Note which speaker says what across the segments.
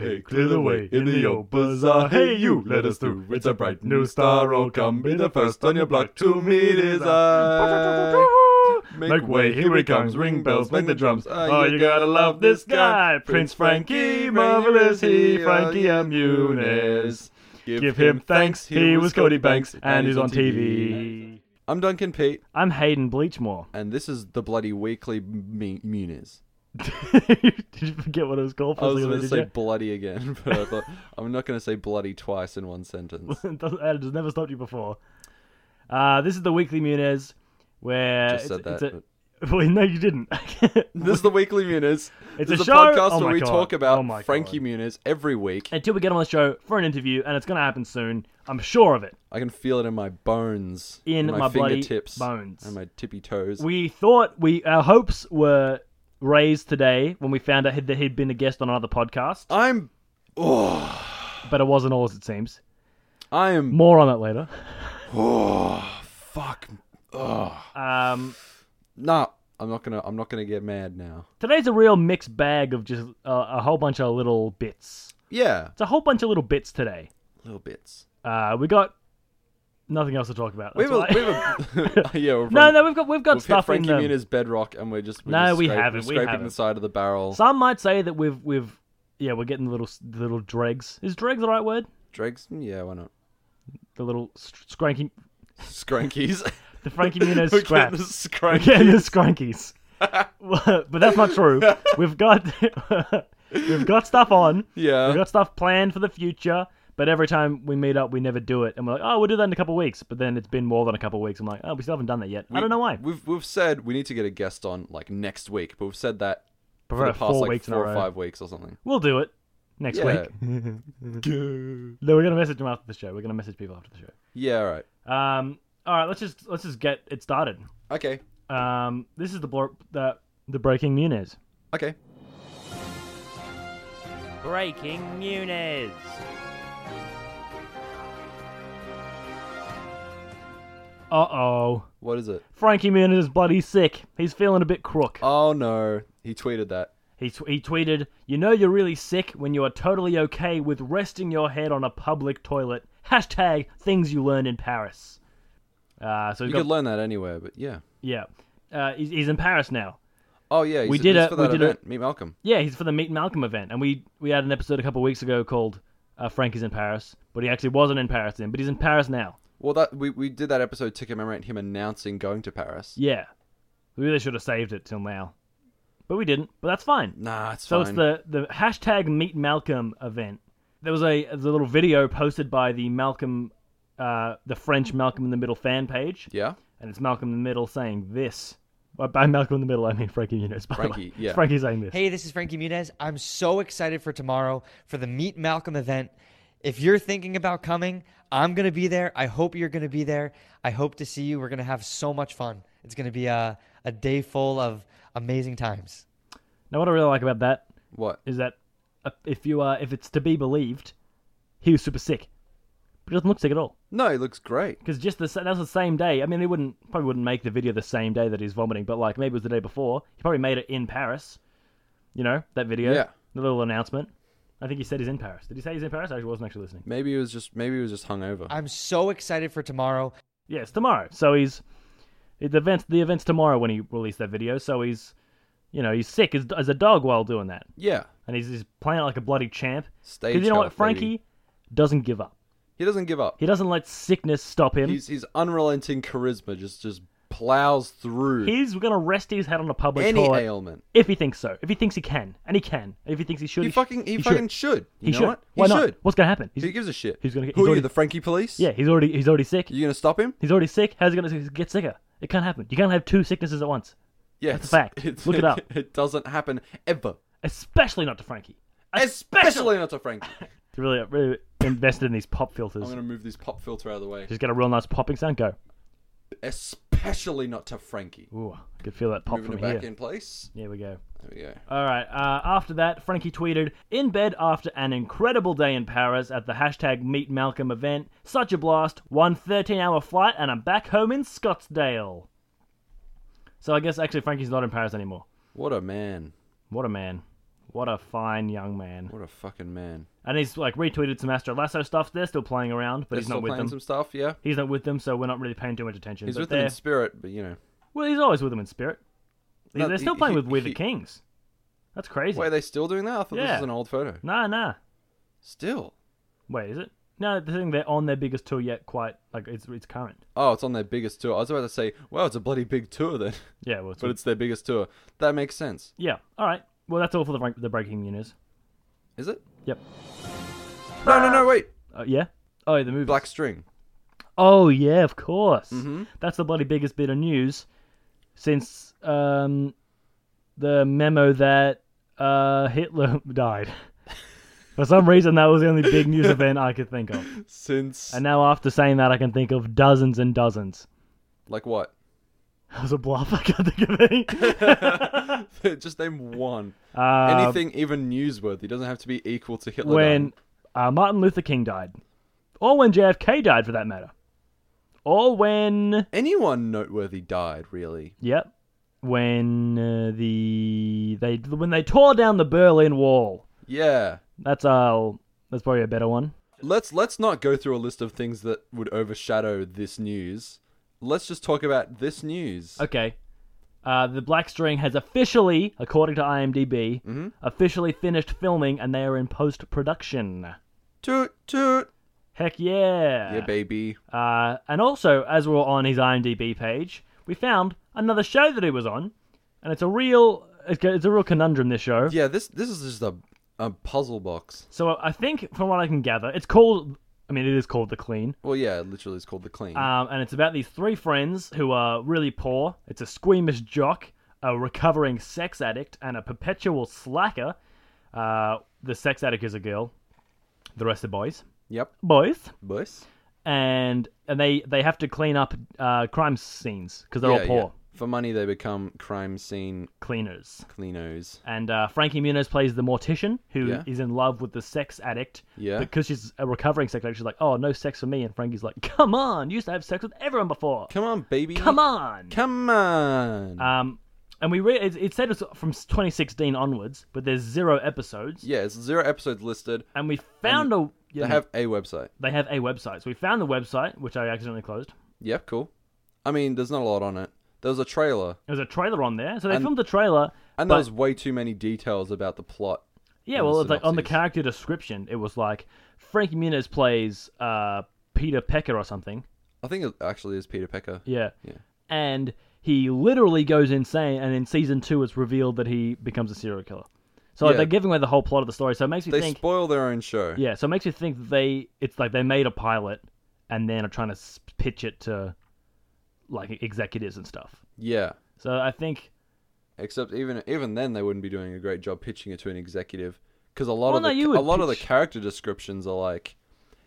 Speaker 1: Hey, clear the way in the old bazaar. Hey, you let us through. It's a bright new star. Oh, come be the first on your block to meet his eye. Make way, here he comes. Ring bells, make the drums. Oh, you gotta love this guy, Prince Frankie. Marvelous he, Frankie Amunis. Give him thanks. He was Cody Banks, and he's on TV.
Speaker 2: I'm Duncan Pete,
Speaker 3: I'm Hayden Bleachmore.
Speaker 2: and this is the bloody weekly me- Muniz.
Speaker 3: Did you forget what it was called? For
Speaker 2: I
Speaker 3: a
Speaker 2: was
Speaker 3: second
Speaker 2: going to
Speaker 3: there,
Speaker 2: say
Speaker 3: did
Speaker 2: bloody again, but I thought I'm not going to say bloody twice in one sentence.
Speaker 3: you? Doesn't- it has never stopped you before. Uh, this is the weekly Munez, where
Speaker 2: Just said
Speaker 3: it's-
Speaker 2: that.
Speaker 3: it's a- well, no, you didn't.
Speaker 2: This is the weekly Muniz. this
Speaker 3: It's a
Speaker 2: is
Speaker 3: show-
Speaker 2: podcast
Speaker 3: oh
Speaker 2: where
Speaker 3: my
Speaker 2: we
Speaker 3: God.
Speaker 2: talk about
Speaker 3: Oh my
Speaker 2: Frankie
Speaker 3: God.
Speaker 2: Muniz every week.
Speaker 3: Until we get on the show for an interview, and it's going to happen soon. I'm sure of it.
Speaker 2: I can feel it in my bones,
Speaker 3: In
Speaker 2: my,
Speaker 3: my bloody
Speaker 2: fingertips,
Speaker 3: bones.
Speaker 2: and my tippy toes.
Speaker 3: We thought we our hopes were raised today when we found out that he'd been a guest on another podcast,
Speaker 2: I'm, oh,
Speaker 3: but it wasn't all as it seems.
Speaker 2: I am.
Speaker 3: More on that later.
Speaker 2: Oh, fuck. Oh.
Speaker 3: Um,
Speaker 2: Nah, I'm not gonna. I'm not gonna get mad now.
Speaker 3: today's a real mixed bag of just uh, a whole bunch of little bits.
Speaker 2: Yeah,
Speaker 3: It's a whole bunch of little bits today.
Speaker 2: little bits.
Speaker 3: Uh, we got nothing else to talk about.
Speaker 2: We
Speaker 3: That's
Speaker 2: have. A,
Speaker 3: why-
Speaker 2: we have a, yeah, we're
Speaker 3: no, no, we've got we've got
Speaker 2: We've hit
Speaker 3: stuff in
Speaker 2: Frankie
Speaker 3: them.
Speaker 2: Muniz bedrock, and we're just we're
Speaker 3: No,
Speaker 2: just
Speaker 3: we
Speaker 2: scrap-
Speaker 3: haven't,
Speaker 2: We're
Speaker 3: we
Speaker 2: scraping the
Speaker 3: haven't.
Speaker 2: side of the barrel.
Speaker 3: Some might say that we've we've yeah we're getting the little s- the little dregs. Is dregs the right word?
Speaker 2: Dregs, Mm, yeah, why not?
Speaker 3: The little s- scranky,
Speaker 2: Scrankies.
Speaker 3: the Frankie Muniz
Speaker 2: We're getting the
Speaker 3: scraps.
Speaker 2: scrankies.
Speaker 3: Again, the Skrankies. Well, but that's not true. We've got we've got stuff on.
Speaker 2: Yeah.
Speaker 3: We've got stuff planned for the future. But every time we meet up, we never do it, and we're like, "Oh, we'll do that in a couple of weeks." But then it's been more than a couple of weeks. I'm like, "Oh, we still haven't done that yet." I don't know why.
Speaker 2: We've we've said we need to get a guest on like next week, but we've said that for
Speaker 3: For
Speaker 2: the
Speaker 3: about
Speaker 2: past
Speaker 3: four
Speaker 2: like
Speaker 3: weeks in a
Speaker 2: four or
Speaker 3: row.
Speaker 2: five weeks or something.
Speaker 3: We'll do it next
Speaker 2: Yeah.
Speaker 3: week. No, we're gonna message them after the show. We're gonna message people after the show.
Speaker 2: Yeah, all right.
Speaker 3: Um, all right, let's just let's just get it started.
Speaker 2: Okay.
Speaker 3: Um, this is the blor- the the breaking Muniz.
Speaker 2: Okay.
Speaker 3: Breaking Muniz. Uh oh.
Speaker 2: What is it?
Speaker 3: Frankie Muniz is bloody sick. He's feeling a bit crook.
Speaker 2: Oh no. He tweeted that.
Speaker 3: He, tw- he tweeted, You know you're really sick when you are totally okay with resting your head on a public toilet. Hashtag things you learn in Paris. Uh, so he's
Speaker 2: You
Speaker 3: got,
Speaker 2: could learn that anywhere, but yeah.
Speaker 3: yeah. Uh, he's, he's in Paris now.
Speaker 2: Oh yeah, he's-
Speaker 3: We did
Speaker 2: he's
Speaker 3: a-
Speaker 2: for
Speaker 3: we
Speaker 2: that
Speaker 3: did a-
Speaker 2: event. Meet Malcolm.
Speaker 3: Yeah, he's for the Meet Malcolm event, and we we had an episode a couple weeks ago called uh, "Frankie's in Paris," but he actually wasn't in Paris then, but he's in Paris now.
Speaker 2: Well, that we, we did that episode to commemorate him announcing going to Paris.
Speaker 3: Yeah, we really should have saved it till now, but we didn't. But that's fine.
Speaker 2: Nah, it's
Speaker 3: So
Speaker 2: fine.
Speaker 3: it's the the hashtag Meet Malcolm event. There was a, there's a little video posted by the Malcolm, uh, the French Malcolm in the Middle fan page,
Speaker 2: Yeah.
Speaker 3: and it's Malcolm in the Middle saying this. Well, By Malcolm in the Middle, I mean Frankie Muniz. By the way.
Speaker 2: Frankie,
Speaker 3: It's
Speaker 2: yeah.
Speaker 3: Frankie saying this.
Speaker 4: Hey, this is Frankie Muniz. I'm so excited for tomorrow for the Meet Malcolm event. If you're thinking about coming, I'm going to be there. I hope you're going to be there. I hope to see you. We're going to have so much fun. It's going to be a, a day full of amazing times.
Speaker 3: Now, what I really like about that
Speaker 2: What?
Speaker 3: is that uh, if you uh, if it's to be believed, he was super sick, but he doesn't look sick at all.
Speaker 2: No, he looks great.
Speaker 3: Because just the sa- that was the same day. I mean, he wouldn't probably wouldn't make the video the same day that he's vomiting, but like maybe it was the day before. He probably made it in Paris. You know that video,
Speaker 2: Yeah.
Speaker 3: the little announcement. I think he said he's in Paris. Did he say he's in Paris? I actually wasn't actually listening.
Speaker 2: Maybe he was just maybe he was just hungover.
Speaker 4: I'm so excited for tomorrow.
Speaker 3: Yeah, it's tomorrow. So he's the events. The events tomorrow when he released that video. So he's, you know, he's sick as, as a dog while doing that,
Speaker 2: yeah.
Speaker 3: and he's, he's playing like a bloody champ.
Speaker 2: Stage.
Speaker 3: Because you know what,
Speaker 2: health, baby.
Speaker 3: Frankie doesn't give up.
Speaker 2: He doesn't give up.
Speaker 3: He doesn't let sickness stop him.
Speaker 2: He's his unrelenting charisma just just plows through
Speaker 3: He's gonna rest his head on a public
Speaker 2: any
Speaker 3: toilet
Speaker 2: ailment.
Speaker 3: if he thinks so. If he thinks he can, and he can. If he thinks he should,
Speaker 2: He
Speaker 3: sh-
Speaker 2: fucking he,
Speaker 3: should.
Speaker 2: fucking should. You
Speaker 3: He
Speaker 2: know
Speaker 3: should.
Speaker 2: what?
Speaker 3: Why
Speaker 2: he
Speaker 3: not?
Speaker 2: should.
Speaker 3: Who's gonna happen? He's,
Speaker 2: Who gives a shit?
Speaker 3: He's gonna get-
Speaker 2: Who
Speaker 3: he's
Speaker 2: are
Speaker 3: already-
Speaker 2: you, the Frankie police?
Speaker 3: yeah, he's already he's already sick.
Speaker 2: You gonna stop him?
Speaker 3: He's already sick. How's he gonna get sicker? It can't happen. You can't have two sicknesses at once,
Speaker 2: Yeah.
Speaker 3: That's a fact. Look it up.
Speaker 2: It doesn't happen ever.
Speaker 3: especially not to Frankie.
Speaker 2: Especially not to Frankie.
Speaker 3: He's really uh, really invested in these pop
Speaker 2: I'm
Speaker 3: filters.
Speaker 2: gonna move this pop filter out of the way.
Speaker 3: Just get a real nice popping sound. Go.
Speaker 2: Especially not to Frankie.
Speaker 3: Ooh, I could feel that pop
Speaker 2: Moving
Speaker 3: from
Speaker 2: it back
Speaker 3: here.
Speaker 2: in place.
Speaker 3: Here we go.
Speaker 2: There we go.
Speaker 3: All right. Uh, after that, Frankie tweeted, "In bed after an incredible day in Paris at the hashtag Meet Malcolm event. Such a blast. One 13-hour flight, and I'm back home in Scottsdale." So I guess actually Frankie's not in Paris anymore.
Speaker 2: What a man.
Speaker 3: What a man. What a fine young man.
Speaker 2: What a fucking man.
Speaker 3: And he's like retweeted some Astro Lasso stuff. They're still playing around, but
Speaker 2: They're
Speaker 3: he's
Speaker 2: still
Speaker 3: not with
Speaker 2: playing
Speaker 3: them.
Speaker 2: some stuff, yeah.
Speaker 3: He's not with them, so we're not really paying too much attention.
Speaker 2: He's
Speaker 3: but
Speaker 2: with them
Speaker 3: they're-
Speaker 2: in spirit, but you know.
Speaker 3: Well, he's always with them in spirit. They-
Speaker 2: No,
Speaker 3: they're still
Speaker 2: he-
Speaker 3: playing
Speaker 2: he-
Speaker 3: with We're the
Speaker 2: he-
Speaker 3: Kings. That's crazy.
Speaker 2: Wait, are they still doing that? I thought this
Speaker 3: Yeah.
Speaker 2: was an old photo.
Speaker 3: nah, nah.
Speaker 2: Still.
Speaker 3: Wait, is it? No, the thing they're on their biggest tour yet. Quite like it's it's current.
Speaker 2: Oh, it's on their biggest tour. I was about to say, well, it's a bloody big tour then,
Speaker 3: Yeah, well, it's,
Speaker 2: but it's their biggest tour. That makes sense.
Speaker 3: yeah. All right. Well, that's all for the break- the breaking news.
Speaker 2: Is it?
Speaker 3: Yep.
Speaker 2: No, no, no, wait.
Speaker 3: Uh, yeah. Oh, yeah, the movie.
Speaker 2: Black String.
Speaker 3: Oh yeah, of course. That's the bloody biggest bit of news since um, the memo that uh, Hitler died. For some reason, that was the only big news event I could think of.
Speaker 2: Since.
Speaker 3: And now, after saying that, I can think of dozens and dozens.
Speaker 2: Like what?
Speaker 3: That was a bluff. I can't think of any.
Speaker 2: Just name one.
Speaker 3: Um,
Speaker 2: Anything even newsworthy doesn't have to be equal to Hitler.
Speaker 3: when
Speaker 2: dying.
Speaker 3: uh, Martin Luther King died, or when JFK died, for that matter, or when
Speaker 2: anyone noteworthy died, really.
Speaker 3: Yep. When uh, the they when they tore down the Berlin Wall.
Speaker 2: Yeah.
Speaker 3: That's uh that's probably a better one.
Speaker 2: Let's let's not go through a list of things that would overshadow this news. Let's just talk about this news.
Speaker 3: Okay. Uh, the Black String has officially, according to IMDb, officially finished filming and they are in post production.
Speaker 2: Toot toot.
Speaker 3: Heck yeah.
Speaker 2: Yeah, baby.
Speaker 3: uh, and also, as we we're on his IMDb page, we found another show that he was on, and it's a real it's a it's a real conundrum. This show.
Speaker 2: Yeah, this this is just a a puzzle box.
Speaker 3: So I think, from what I can gather, it's called. I mean, it is called The Clean.
Speaker 2: Well, yeah, literally, it's called the clean.
Speaker 3: Um, and it's about these three friends who are really poor. It's a squeamish jock, a recovering sex addict, and a perpetual slacker. Uh, the sex addict is a girl. The rest are boys.
Speaker 2: yep,
Speaker 3: Boys.
Speaker 2: boys.
Speaker 3: And and they they have to clean up uh, crime scenes because they're all poor
Speaker 2: For money, they become crime scene
Speaker 3: cleaners.
Speaker 2: cleanos.
Speaker 3: And uh, Frankie Muniz plays the mortician who is
Speaker 2: Yeah.
Speaker 3: in love with the sex addict.
Speaker 2: Yeah.
Speaker 3: Because she's a recovering sex addict, she's like, "Oh, no sex for me." And Frankie's like, "Come on, you used to have sex with everyone before.
Speaker 2: Come on, baby.
Speaker 3: Come on."
Speaker 2: Come on.
Speaker 3: Um, and we re- it, it said it's from 2016 onwards, but there's zero episodes.
Speaker 2: yeah, it's zero episodes listed.
Speaker 3: And we found a yeah,
Speaker 2: They have a website.
Speaker 3: they have a website. So we found the website, which I accidentally closed.
Speaker 2: Yep, cool. I mean, there's not a lot on it. There was a trailer,
Speaker 3: There was a trailer on there, so they filmed the trailer.
Speaker 2: and
Speaker 3: but,
Speaker 2: there was way too many details about the plot.
Speaker 3: yeah, well,
Speaker 2: the
Speaker 3: it's like on the
Speaker 2: synopses.
Speaker 3: character description, it was like Frankie Muniz plays uh, Peter Pecker or something.
Speaker 2: I think it actually is Peter Pecker.
Speaker 3: Yeah.
Speaker 2: Yeah.
Speaker 3: And he literally goes insane, and in season two, it's revealed that he becomes a serial killer. So like,
Speaker 2: Yeah.
Speaker 3: they're giving away the whole plot of the story. So it makes me
Speaker 2: They
Speaker 3: think
Speaker 2: spoil their own show.
Speaker 3: Yeah, so it makes you think that they it's like they made a pilot and then are trying to s- pitch it to like executives and stuff.
Speaker 2: yeah.
Speaker 3: So I think
Speaker 2: Except even even then, they wouldn't be doing a great job pitching it to an executive because a lot
Speaker 3: Well,
Speaker 2: of the,
Speaker 3: no, you
Speaker 2: a
Speaker 3: would
Speaker 2: lot of the
Speaker 3: pitch-
Speaker 2: character descriptions are like,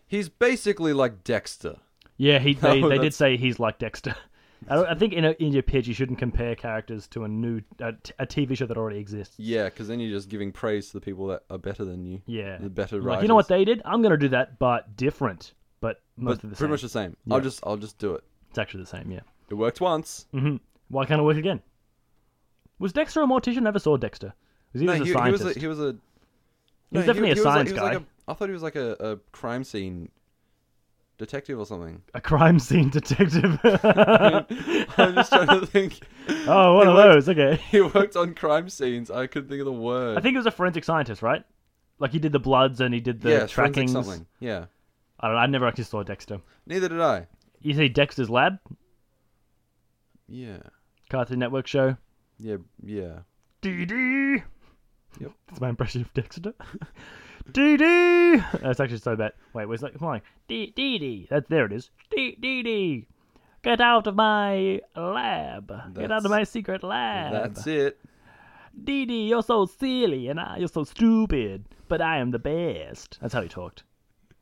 Speaker 2: he's basically like Dexter.
Speaker 3: yeah, he they,
Speaker 2: No,
Speaker 3: they did
Speaker 2: Oh, that's-
Speaker 3: say he's like Dexter. I, don't- I think in, a, in your pitch you shouldn't compare characters to a new a, t- a TV show that already exists.
Speaker 2: Yeah, because then you're just giving praise to the people that are better than you.
Speaker 3: Yeah,
Speaker 2: the better
Speaker 3: Like,
Speaker 2: writers.
Speaker 3: you know what they did? I'm gonna do that, but different. But most
Speaker 2: But
Speaker 3: of the
Speaker 2: pretty
Speaker 3: same.
Speaker 2: much the same. I'll just I'll just do it.
Speaker 3: It's actually the same. Yeah.
Speaker 2: It worked once.
Speaker 3: Why can't it work again? Was Dexter a mortician? Never saw Dexter. Was he
Speaker 2: No,
Speaker 3: was a
Speaker 2: he, he
Speaker 3: scientist?
Speaker 2: was a, he was a
Speaker 3: He was definitely a science
Speaker 2: like,
Speaker 3: guy.
Speaker 2: He was like a, I thought he was like a, a crime scene detective or something.
Speaker 3: a crime scene detective.
Speaker 2: I'm just trying to think.
Speaker 3: Oh, one of those. Okay.
Speaker 2: He worked on crime scenes. I couldn't think of the word.
Speaker 3: I think he was a forensic scientist, right? Like he did the bloods and he did the
Speaker 2: yeah, forensic
Speaker 3: trackings.
Speaker 2: something. Yeah.
Speaker 3: I don't know. I never actually saw Dexter.
Speaker 2: Neither did I.
Speaker 3: You see Dexter's Lab,
Speaker 2: Yeah.
Speaker 3: Cartoon Network show.
Speaker 2: Yeah. Yeah.
Speaker 3: DD.
Speaker 2: Yep.
Speaker 3: That's my impression of Dexter. DD. That's actually so bad. Wait, where's that? Come on. DD. That there it is. DD. Get out of my lab. Get out
Speaker 2: That's-
Speaker 3: of my secret lab.
Speaker 2: That's it.
Speaker 3: Dee Dee, you're so silly and I, you're so stupid, but I am the best. That's how he talked. Do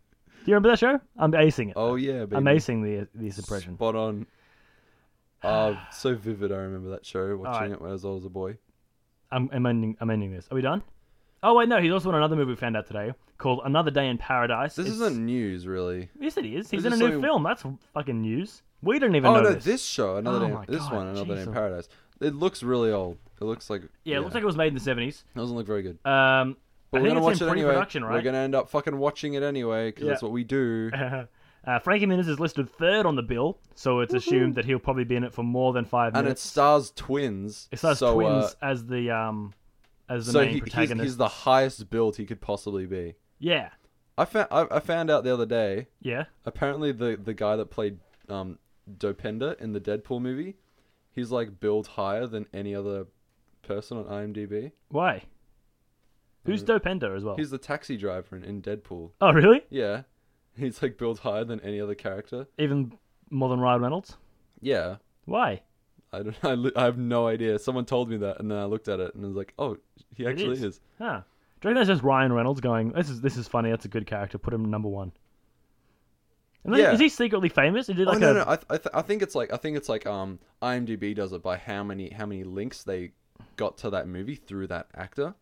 Speaker 3: you remember that show? I'm acing it.
Speaker 2: Oh yeah, baby.
Speaker 3: I'm acing the, this impression.
Speaker 2: Spot on. Oh, so vivid. I remember that show. Watching
Speaker 3: Alright.
Speaker 2: it when I was old as a boy.
Speaker 3: I'm, I'm, ending, I'm ending this. Are we done? Oh, wait, no. He's also in another movie we found out today called Another Day in Paradise.
Speaker 2: This
Speaker 3: It's-
Speaker 2: isn't news, really.
Speaker 3: Yes, it is. He's
Speaker 2: this
Speaker 3: in a
Speaker 2: is
Speaker 3: new
Speaker 2: something-
Speaker 3: film. That's fucking news. We didn't even
Speaker 2: Oh
Speaker 3: know
Speaker 2: no,
Speaker 3: this.
Speaker 2: this show, another
Speaker 3: Oh
Speaker 2: name.
Speaker 3: my
Speaker 2: This
Speaker 3: God,
Speaker 2: one, another
Speaker 3: jeez,
Speaker 2: name.
Speaker 3: oh.
Speaker 2: Paradise. It looks really old. It looks like
Speaker 3: Yeah, it looks like it was made in the seventies.
Speaker 2: it doesn't look very good.
Speaker 3: Um,
Speaker 2: But we're
Speaker 3: I think
Speaker 2: gonna
Speaker 3: it's
Speaker 2: watch
Speaker 3: in
Speaker 2: it anyway.
Speaker 3: pre-production,
Speaker 2: We're
Speaker 3: right?
Speaker 2: gonna end up fucking watching it anyway because
Speaker 3: Yeah.
Speaker 2: that's what we do.
Speaker 3: Uh, Frankie Muniz is listed third on the bill, so it's assumed that he'll probably be in it for more than five
Speaker 2: and it
Speaker 3: minutes.
Speaker 2: stars twins.
Speaker 3: it stars
Speaker 2: so, uh,
Speaker 3: twins as the um as the
Speaker 2: so
Speaker 3: main
Speaker 2: he, he's,
Speaker 3: protagonist.
Speaker 2: he's the highest built he could possibly be.
Speaker 3: Yeah,
Speaker 2: I found I, I found out the other day.
Speaker 3: yeah.
Speaker 2: Apparently, the the guy that played um, Dopenda in the Deadpool movie, he's like built higher than any other person on IMDb.
Speaker 3: Why? Who's Dopender as well?
Speaker 2: Uh, He's the taxi driver in, in Deadpool.
Speaker 3: Oh, really?
Speaker 2: Yeah, he's like built higher than any other character.
Speaker 3: Even more than Ryan Reynolds?
Speaker 2: Yeah,
Speaker 3: Why?
Speaker 2: I don't. I, li- I have no idea. Someone told me that, and then I looked at it and I was like, "Oh, he actually
Speaker 3: is.
Speaker 2: is.
Speaker 3: Huh. Do you reckon that's just Ryan Reynolds going, this is this is funny, that's a good character, put him number one? And then-
Speaker 2: Yeah.
Speaker 3: Is he secretly famous? He did like
Speaker 2: oh no,
Speaker 3: a,
Speaker 2: no. I, th- I, th- I think it's like I think it's like um IMDb does it by how many how many links they got to that movie through that actor.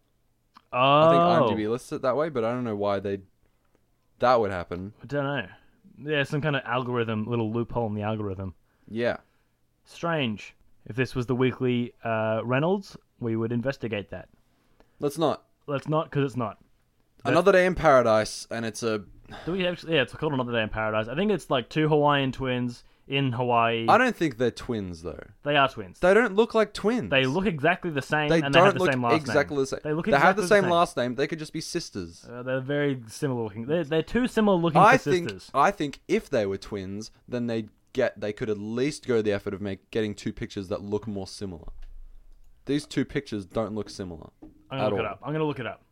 Speaker 3: Oh,
Speaker 2: I think IMDb lists it that way, but I don't know why they that would happen.
Speaker 3: I don't know. Yeah, some kind of algorithm, little loophole in the algorithm.
Speaker 2: Yeah,
Speaker 3: Strange. If this was the weekly uh, Reynolds, we would investigate that.
Speaker 2: let's not.
Speaker 3: Let's not, because it's not.
Speaker 2: Another day in paradise, and it's a.
Speaker 3: Do we actually? Yeah, it's called Another Day in Paradise. I think it's like two Hawaiian twins in Hawaii.
Speaker 2: I don't think they're twins though.
Speaker 3: They are twins.
Speaker 2: They don't look like twins.
Speaker 3: They look exactly the same,
Speaker 2: They
Speaker 3: and
Speaker 2: don't
Speaker 3: they have the
Speaker 2: look
Speaker 3: same last
Speaker 2: exactly
Speaker 3: name.
Speaker 2: the same.
Speaker 3: They look
Speaker 2: have the
Speaker 3: exactly
Speaker 2: same, last name. They could just be sisters.
Speaker 3: Uh, they're very similar looking. They're, they're two similar looking
Speaker 2: I
Speaker 3: for
Speaker 2: think
Speaker 3: sisters.
Speaker 2: I think if they were twins, then they'd get they could at least go the effort of make getting two pictures that look more similar. These two pictures don't look similar.
Speaker 3: I'm gonna
Speaker 2: at
Speaker 3: look it
Speaker 2: all.
Speaker 3: up. I'm gonna look it up.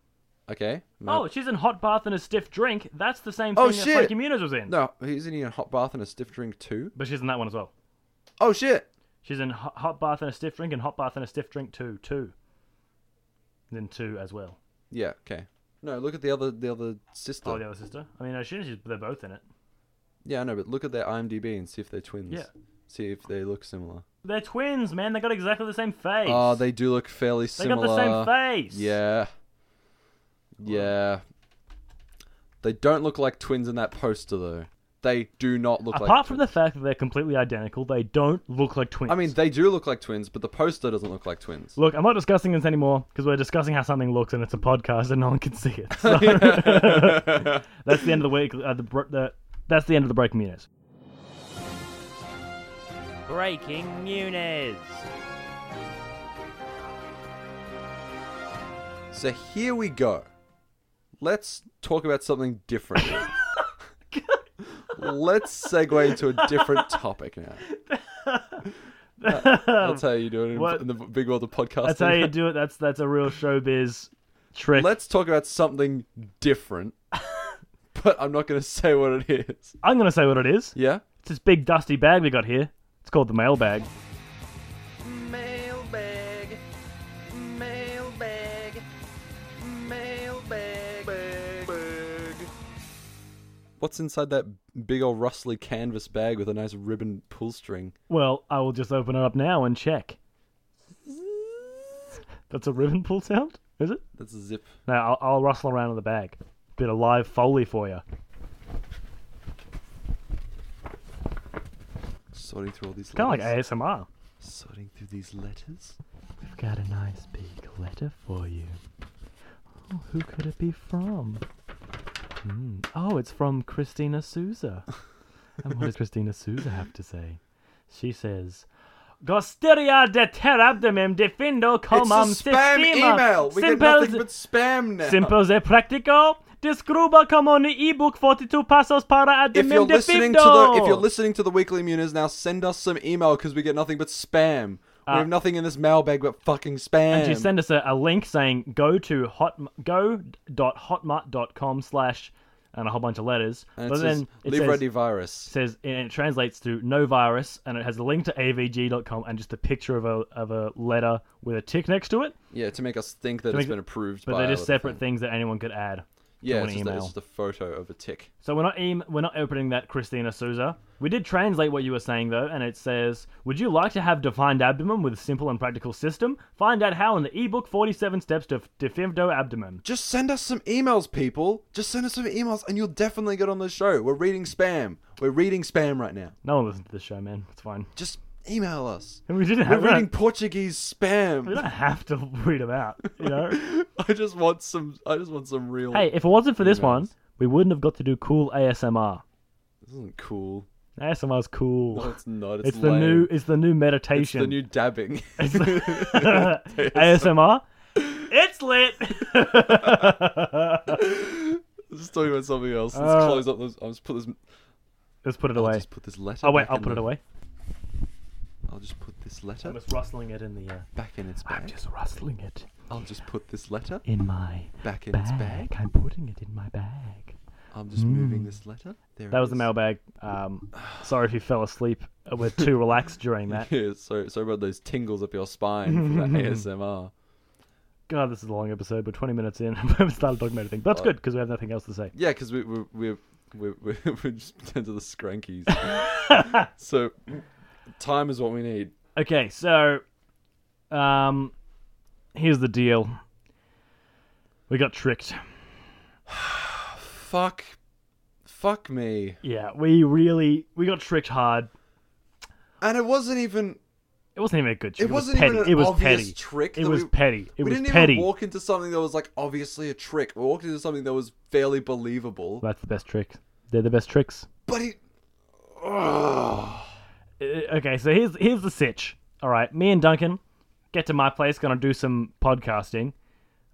Speaker 2: Okay.
Speaker 3: Oh, she's in hot bath and a stiff drink. That's the same thing
Speaker 2: Oh,
Speaker 3: that
Speaker 2: shit.
Speaker 3: Frankie Muniz was in.
Speaker 2: no, isn't he in a hot bath and a stiff drink too?
Speaker 3: But she's in that one as well.
Speaker 2: Oh shit!
Speaker 3: She's in hot, hot bath and a stiff drink and hot bath and a stiff drink two, two. And then two as well.
Speaker 2: Yeah. Okay. No, look at the other the other sister.
Speaker 3: Oh, the other sister. I mean, I assume she's, they're both in it.
Speaker 2: Yeah, I know, but look at their IMDb and see if they're twins.
Speaker 3: Yeah.
Speaker 2: See if they look similar.
Speaker 3: They're twins, man. They got exactly the same face.
Speaker 2: Oh, they do look fairly
Speaker 3: They
Speaker 2: similar.
Speaker 3: got the same face.
Speaker 2: Yeah. Yeah. They don't look like twins in that poster though. They do not look
Speaker 3: Apart
Speaker 2: like
Speaker 3: from
Speaker 2: twins.
Speaker 3: the fact that they're completely identical, they don't look like twins.
Speaker 2: I mean, they do look like twins, but the poster doesn't look like twins.
Speaker 3: Look, I'm not discussing this anymore because we're discussing how something looks and it's a podcast and no one can see it. So that's the end of the week. Uh, the, br- the, that's the end of the breaking news. Breaking news.
Speaker 2: So here we go. Let's talk about something different. Let's segue into a different topic now. That- that's how you do it in,
Speaker 3: What-
Speaker 2: in the big world of podcasting.
Speaker 3: That's how you do it. That's that's a real showbiz trick.
Speaker 2: Let's talk about something different, but I'm not going to say what it is.
Speaker 3: I'm gonna say what it is.
Speaker 2: Yeah?
Speaker 3: It's this big dusty bag we got here. It's called the mailbag.
Speaker 2: Mailbag. Mailbag. Mailbag. What's inside that big old rustly canvas bag with a nice ribbon pull string?
Speaker 3: Well, I will just open it up now and check. That's a ribbon pull sound, is it?
Speaker 2: That's a zip.
Speaker 3: No, I'll, I'll rustle around in the bag. Bit of live foley for you.
Speaker 2: Sorting through all these
Speaker 3: Kind of like
Speaker 2: letters.
Speaker 3: ASMR.
Speaker 2: Sorting through these letters.
Speaker 3: We've got a nice big letter for you. Oh, who could it be from? Hmm. Oh, it's from Christina Souza. and what does Christina Souza have to say? She says, Gosteria de terabdomem defindo comam
Speaker 2: it's a spam
Speaker 3: sistema.
Speaker 2: email. We get
Speaker 3: Simple
Speaker 2: nothing but spam now.
Speaker 3: Simple de practico. Descruba como ni ebook 42 pasos para
Speaker 2: If
Speaker 3: admin
Speaker 2: you're
Speaker 3: de
Speaker 2: listening to the if you're listening to the weekly Muniz now, send us some email because we get nothing but spam. we have nothing in this mailbag but fucking spam.
Speaker 3: Uh, and she sent us a, a link saying go to hot go.hotmart.com slash and a whole bunch of letters
Speaker 2: And it
Speaker 3: but
Speaker 2: says,
Speaker 3: then it
Speaker 2: leave
Speaker 3: says,
Speaker 2: ready virus.
Speaker 3: says and it translates to no virus and it has a link to avg.com and just a picture of a of a letter with a tick next to it
Speaker 2: Yeah, to make us think that
Speaker 3: make
Speaker 2: it's
Speaker 3: it-
Speaker 2: been approved.
Speaker 3: but
Speaker 2: by
Speaker 3: they're just
Speaker 2: other
Speaker 3: separate
Speaker 2: thing.
Speaker 3: things that anyone could add
Speaker 2: Yeah,
Speaker 3: to an
Speaker 2: it's just, a,
Speaker 3: email
Speaker 2: it's just a photo of a tick.
Speaker 3: So we're not em- we're not opening that Christina Souza. We did translate what you were saying though, and it says, "Would you like to have defined abdomen with simple and practical system? Find out how in the ebook 47 Steps to Defendo Abdomen."
Speaker 2: Just send us some emails, people. Just send us some emails, and you'll definitely get on the show. We're reading spam. We're reading spam right now.
Speaker 3: No one listens to this show, man. It's fine.
Speaker 2: Just Email us.
Speaker 3: And we didn't
Speaker 2: We're
Speaker 3: have we
Speaker 2: reading
Speaker 3: don't,
Speaker 2: Portuguese
Speaker 3: we
Speaker 2: spam.
Speaker 3: don't have to read them out, you know.
Speaker 2: I just want some. I just want some real.
Speaker 3: hey, if it wasn't for this one,
Speaker 2: Emails.
Speaker 3: we wouldn't have got to do cool ASMR.
Speaker 2: This isn't cool.
Speaker 3: ASMR's cool.
Speaker 2: No, it's not. It's,
Speaker 3: Oh, it's the
Speaker 2: lame.
Speaker 3: new it's the new
Speaker 2: It's
Speaker 3: meditation.
Speaker 2: the new dabbing.
Speaker 3: It's the- ASMR. It's lit.
Speaker 2: Let's talk about something else. Let's
Speaker 3: Uh,
Speaker 2: close up. This, I'll just put this.
Speaker 3: Let's put it
Speaker 2: I'll
Speaker 3: away.
Speaker 2: just put this letter.
Speaker 3: Oh wait,
Speaker 2: back
Speaker 3: I'll
Speaker 2: in
Speaker 3: put it
Speaker 2: the-
Speaker 3: away.
Speaker 2: I'll just put this
Speaker 3: I'm
Speaker 2: letter
Speaker 3: just rustling it in the. Uh,
Speaker 2: back in its
Speaker 3: I'm
Speaker 2: bag.
Speaker 3: just rustling it
Speaker 2: I'll just put this letter
Speaker 3: in my
Speaker 2: back in its
Speaker 3: bag.
Speaker 2: bag.
Speaker 3: I'm putting it in my bag.
Speaker 2: I'm just moving this letter. There
Speaker 3: That
Speaker 2: it
Speaker 3: was the
Speaker 2: is.
Speaker 3: mailbag. Um, sorry if you fell asleep. Uh, We're too relaxed during that.
Speaker 2: Yeah, sorry, sorry about those tingles up your spine for that ASMR.
Speaker 3: God, this is a long episode. We're 20 minutes in. we haven't started talking about anything. But that's good because we have nothing else to say.
Speaker 2: Yeah, because we we we we we we just pretend to the scrankies. so time is what we need.
Speaker 3: Okay, so um, here's the deal. We got tricked.
Speaker 2: Fuck, fuck me.
Speaker 3: Yeah, we really we got tricked hard.
Speaker 2: And it wasn't even.
Speaker 3: It wasn't even a good trick.
Speaker 2: It wasn't
Speaker 3: was petty.
Speaker 2: even an
Speaker 3: it was
Speaker 2: obvious
Speaker 3: petty.
Speaker 2: trick
Speaker 3: It
Speaker 2: that
Speaker 3: was
Speaker 2: we-
Speaker 3: petty. It
Speaker 2: we
Speaker 3: was
Speaker 2: didn't
Speaker 3: petty.
Speaker 2: even walk into something that was like obviously a trick. We walked into something that was fairly believable.
Speaker 3: That's the best trick. They're the best tricks.
Speaker 2: But it. Ugh.
Speaker 3: Uh, okay, so here's here's the sitch. All right, me and Duncan get to my place, gonna do some podcasting.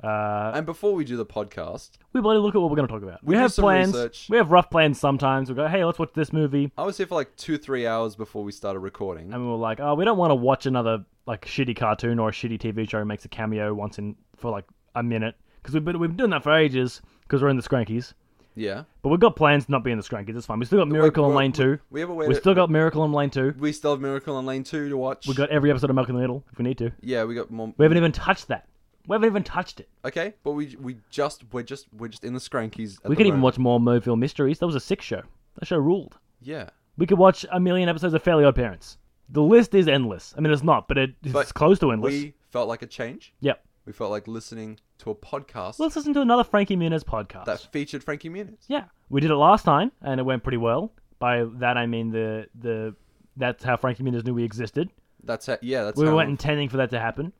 Speaker 3: Uh,
Speaker 2: And before we do the podcast,
Speaker 3: we bloody look at what we're gonna talk about. We,
Speaker 2: do
Speaker 3: have
Speaker 2: some
Speaker 3: plans.
Speaker 2: research.
Speaker 3: We have rough plans sometimes. We go, hey, let's watch this movie,
Speaker 2: I was here for like two, three hours before we started recording.
Speaker 3: and we were like, oh, we don't want to watch another like shitty cartoon or a shitty TV show who makes a cameo once in for like a minute because we've been we've been doing that for ages because we're in the Scrankies.
Speaker 2: yeah.
Speaker 3: But we've got plans to not be in the Scrankies. It's fine. We still got Miracle in
Speaker 2: well,
Speaker 3: Lane Two.
Speaker 2: We have a way
Speaker 3: We
Speaker 2: to-
Speaker 3: still got Miracle in Lane Two.
Speaker 2: We still have Miracle on Lane 2 to watch.
Speaker 3: We got every episode of Milk in the Middle if we need to.
Speaker 2: Yeah, we got more.
Speaker 3: We haven't even touched that. We haven't even touched it.
Speaker 2: Okay, but we we just we're just we're just in the Scrankies. At
Speaker 3: We
Speaker 2: the
Speaker 3: could even
Speaker 2: moment.
Speaker 3: watch more Mobile Mysteries. That was a sick show. That show ruled.
Speaker 2: Yeah,
Speaker 3: We could watch a million episodes of Fairly Odd Parents. The list is endless. I mean, it's not, but it, it's
Speaker 2: But
Speaker 3: close to endless.
Speaker 2: we felt like a change.
Speaker 3: Yep.
Speaker 2: We felt like listening to a podcast
Speaker 3: Let's listen to another Frankie Muniz podcast.
Speaker 2: that featured Frankie Muniz.
Speaker 3: Yeah, we did it last time, and it went pretty well. By that I mean the the that's how Frankie Muniz knew we existed.
Speaker 2: That's how, yeah. That's
Speaker 3: we
Speaker 2: how
Speaker 3: weren't intending for that to happen,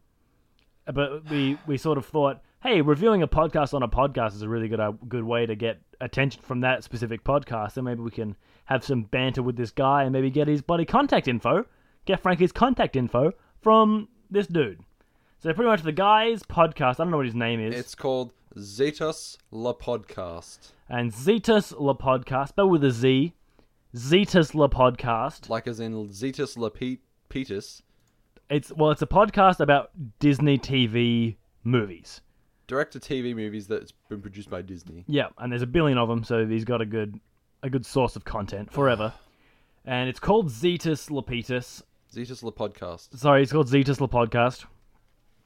Speaker 3: Uh, but we we sort of thought, hey, reviewing a podcast on a podcast is a really good uh, good way to get attention from that specific podcast, and maybe we can have some banter with this guy and maybe get his bloody contact info, get Frankie's contact info from this dude. So pretty much the guy's podcast. I don't know what his name is.
Speaker 2: It's called Zetas La Podcast,
Speaker 3: and Zetas La Podcast, but with a Z. Zetas La Podcast.
Speaker 2: like as in Zetas La Pe- Petus,
Speaker 3: It's well, it's a podcast about Disney TV movies.
Speaker 2: director TV movies that's been produced by Disney.
Speaker 3: Yeah, and there's a billion of them, so he's got a good a good source of content forever. and it's called Zetus Lapetus.
Speaker 2: Zetas La Podcast,
Speaker 3: Sorry, it's called Zetus La Podcast.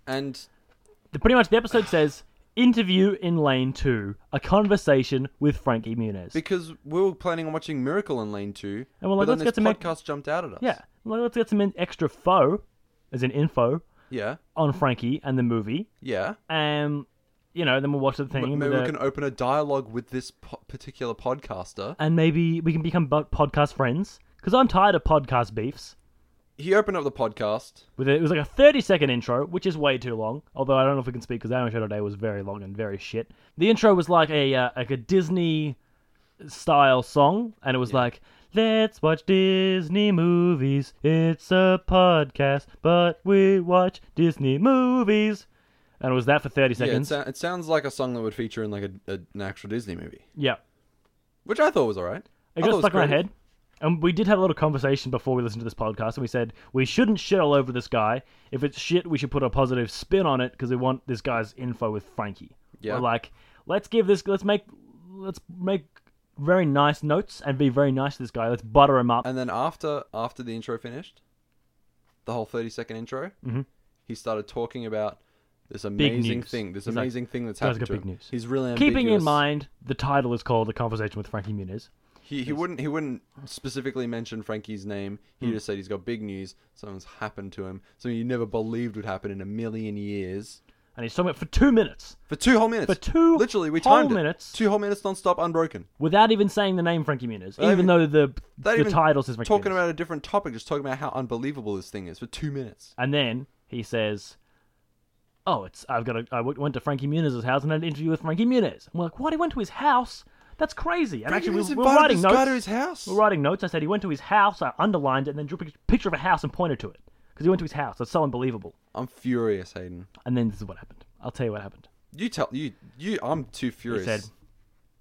Speaker 2: and
Speaker 3: The, pretty much the episode says interview in lane two, a conversation with Frankie Muniz.
Speaker 2: because we were planning on watching Miracle in Lane Two,
Speaker 3: And we're like,
Speaker 2: but
Speaker 3: let's
Speaker 2: then this
Speaker 3: get to make-
Speaker 2: podcast jumped out at us.
Speaker 3: yeah, well, let's get some in- extra faux, as in info,
Speaker 2: yeah,
Speaker 3: on Frankie and the movie.
Speaker 2: yeah.
Speaker 3: Um, you know, then we'll watch the thing, uh,
Speaker 2: Maybe
Speaker 3: with
Speaker 2: we
Speaker 3: a-
Speaker 2: can open a dialogue with this po- particular podcaster.
Speaker 3: and maybe we can become bu- podcast friends. Because I'm tired of podcast beefs.
Speaker 2: He opened up the podcast.
Speaker 3: with it. It was like a 30 second intro, which is way too long. Although I don't know if we can speak because our intro today was very long and very shit. The intro was like a uh, like a Disney style song, and it was like, "Let's watch Disney movies. It's a podcast, but we watch Disney movies." And it was that for 30
Speaker 2: Yeah, it,
Speaker 3: seconds.
Speaker 2: sou- it sounds like a song that would feature in like a, a, an actual Disney movie,
Speaker 3: yeah,
Speaker 2: which I thought was alright.
Speaker 3: it
Speaker 2: I thought
Speaker 3: got
Speaker 2: Oh, was
Speaker 3: stuck in my
Speaker 2: creative.
Speaker 3: head. And we did have a little conversation before we listened to this podcast, and we said we shouldn't shit all over this guy. If it's shit, we should put a positive spin on it because we want this guy's info with Frankie.
Speaker 2: Yeah.
Speaker 3: We're like, let's give this, let's make, let's make very nice notes and be very nice to this guy. Let's butter him up.
Speaker 2: And then after after the intro finished, the whole thirty second intro, he started talking about this amazing
Speaker 3: Mm-hmm. news.
Speaker 2: thing, this
Speaker 3: He's like,
Speaker 2: amazing thing that's
Speaker 3: "Guys,
Speaker 2: happened
Speaker 3: got
Speaker 2: to
Speaker 3: big
Speaker 2: him.
Speaker 3: news."
Speaker 2: He's really
Speaker 3: Keeping in
Speaker 2: ambiguous.
Speaker 3: mind the title is called "A Conversation with Frankie Muniz."
Speaker 2: he, he wouldn't he wouldn't specifically mention Frankie's name. He
Speaker 3: Hmm.
Speaker 2: just said he's got big news. Something's happened to him. Something you never believed would happen in a million years.
Speaker 3: and he's talking about for two minutes
Speaker 2: For two whole minutes.
Speaker 3: For two
Speaker 2: Literally, we
Speaker 3: whole
Speaker 2: timed it.
Speaker 3: minutes.
Speaker 2: Two whole minutes non-stop, unbroken.
Speaker 3: without even saying the name Frankie Muniz, even
Speaker 2: even-
Speaker 3: though the
Speaker 2: Not
Speaker 3: the
Speaker 2: even
Speaker 3: title says Frankie
Speaker 2: talking
Speaker 3: Muniz.
Speaker 2: about a different topic, just talking about how unbelievable this thing is for two minutes.
Speaker 3: And then he says, "Oh, it's I've got a, I w- went to Frankie Muniz's house and had an interview with Frankie Muniz." And we're like, "What? He went to his house? That's crazy!" And
Speaker 2: Frankie
Speaker 3: actually,
Speaker 2: Muniz
Speaker 3: we, we're
Speaker 2: invited
Speaker 3: writing
Speaker 2: this
Speaker 3: notes.
Speaker 2: guy to his house.
Speaker 3: We're writing notes. I said he went to his house. I underlined it and then drew a pic- picture of a house and pointed to it because he went to his house. That's so unbelievable.
Speaker 2: I'm furious, Hayden.
Speaker 3: And then this is what happened. I'll tell you what happened.
Speaker 2: You tell you you. I'm too
Speaker 3: He
Speaker 2: furious.
Speaker 3: said,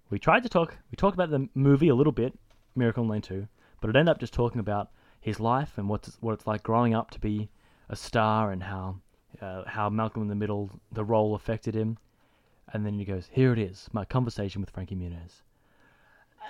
Speaker 3: "We tried to talk. We talked about the movie a little bit, Miracle on Lane Two, but it ended up just talking about his life and what's what it's like growing up to be a star and how uh, how Malcolm in the Middle the role affected him." And then he goes, "Here it is, my conversation with Frankie Muniz."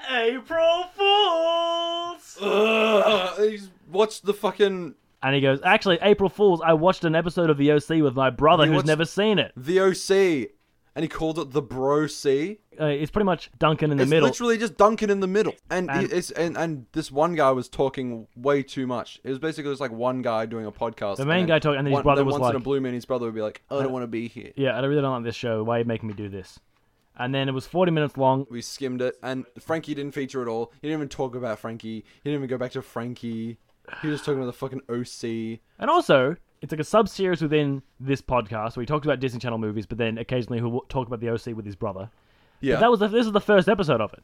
Speaker 3: April Fools.
Speaker 2: Ugh, Uh, he's watched the fucking
Speaker 3: And he goes, "Actually, April Fools. I watched an episode of The OC with my brother
Speaker 2: You
Speaker 3: who's
Speaker 2: watched-
Speaker 3: never seen it.
Speaker 2: the OC, and he called it the Bro C.
Speaker 3: Uh, it's pretty much Duncan in the
Speaker 2: It's
Speaker 3: middle."
Speaker 2: literally just Duncan in the middle, and
Speaker 3: And-
Speaker 2: he, it's, and and this one guy was talking way too much. It was basically just like one guy doing a podcast.
Speaker 3: The main guy talking, and then his
Speaker 2: one-
Speaker 3: brother was
Speaker 2: once in a
Speaker 3: like-
Speaker 2: blue moon, his brother would be like, "Oh, "I don't want to be here."
Speaker 3: Yeah, I really don't like this show. Why are you making me do this? And then it was 40 minutes long.
Speaker 2: We skimmed it, and Frankie didn't feature at all. He didn't even talk about Frankie. He didn't even go back to Frankie. He was just talking about the fucking OC.
Speaker 3: And also, it's like a sub series within this podcast where he talks about Disney Channel movies, but then occasionally he'll talk about the OC with his brother.
Speaker 2: Yeah,
Speaker 3: That was the, this is the first episode of it.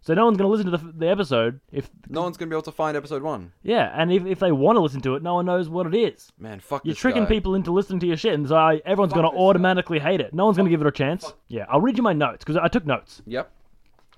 Speaker 3: So no one's going to listen to the, the episode if
Speaker 2: no one's gonna be able to find episode one.
Speaker 3: yeah, and if, if they want to listen to it, no one knows what it is.
Speaker 2: Man, fuck.
Speaker 3: You're
Speaker 2: this
Speaker 3: tricking
Speaker 2: guy.
Speaker 3: people into listening to your shit, and so I, everyone's going to automatically hate it. No one's going to give it a chance. Yeah, I'll read you my notes because I took notes.
Speaker 2: Yep,